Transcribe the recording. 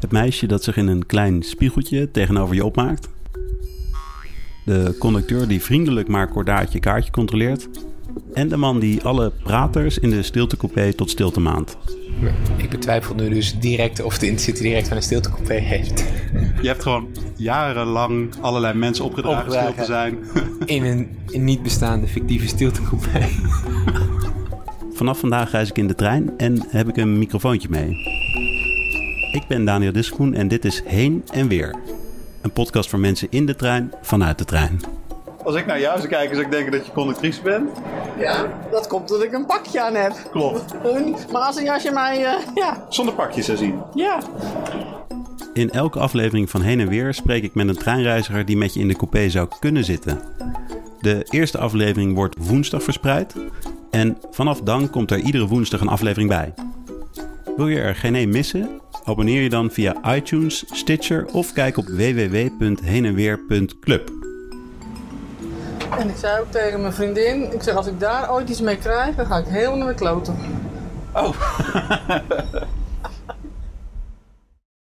Het meisje dat zich in een klein spiegeltje tegenover je opmaakt. De conducteur die vriendelijk maar kordaat je kaartje controleert. En de man die alle praters in de stiltecoupé tot stilte maand. Ik betwijfel nu dus direct of de Intercity direct van een stiltecoupé heeft. Je hebt gewoon jarenlang allerlei mensen opgedragen, Opgedragen. stil te zijn. In een in niet bestaande fictieve stiltecoupé. Vanaf vandaag reis ik in de trein en heb ik een microfoontje mee. Ik ben Daniel Discoen en dit is Heen en Weer. Een podcast voor mensen in de trein, vanuit de trein. Als ik naar jou zou kijken, zou ik denken dat je conductrice bent. Ja, dat komt omdat ik een pakje aan heb. Klopt. Een- Maar als, als je mij... eh, ja, Zonder pakjes zou zien. ja. In elke aflevering van Heen en Weer spreek ik met een treinreiziger die met je in de coupé zou kunnen zitten. De eerste aflevering wordt woensdag verspreid en vanaf dan komt er iedere woensdag een aflevering bij. Wil je er geen één missen? Abonneer je dan via iTunes, Stitcher of kijk op www.heenenweer.club. En ik zei ook tegen mijn vriendin, ik zeg als ik daar ooit iets mee krijg, dan ga ik helemaal naar de kloten. Oh.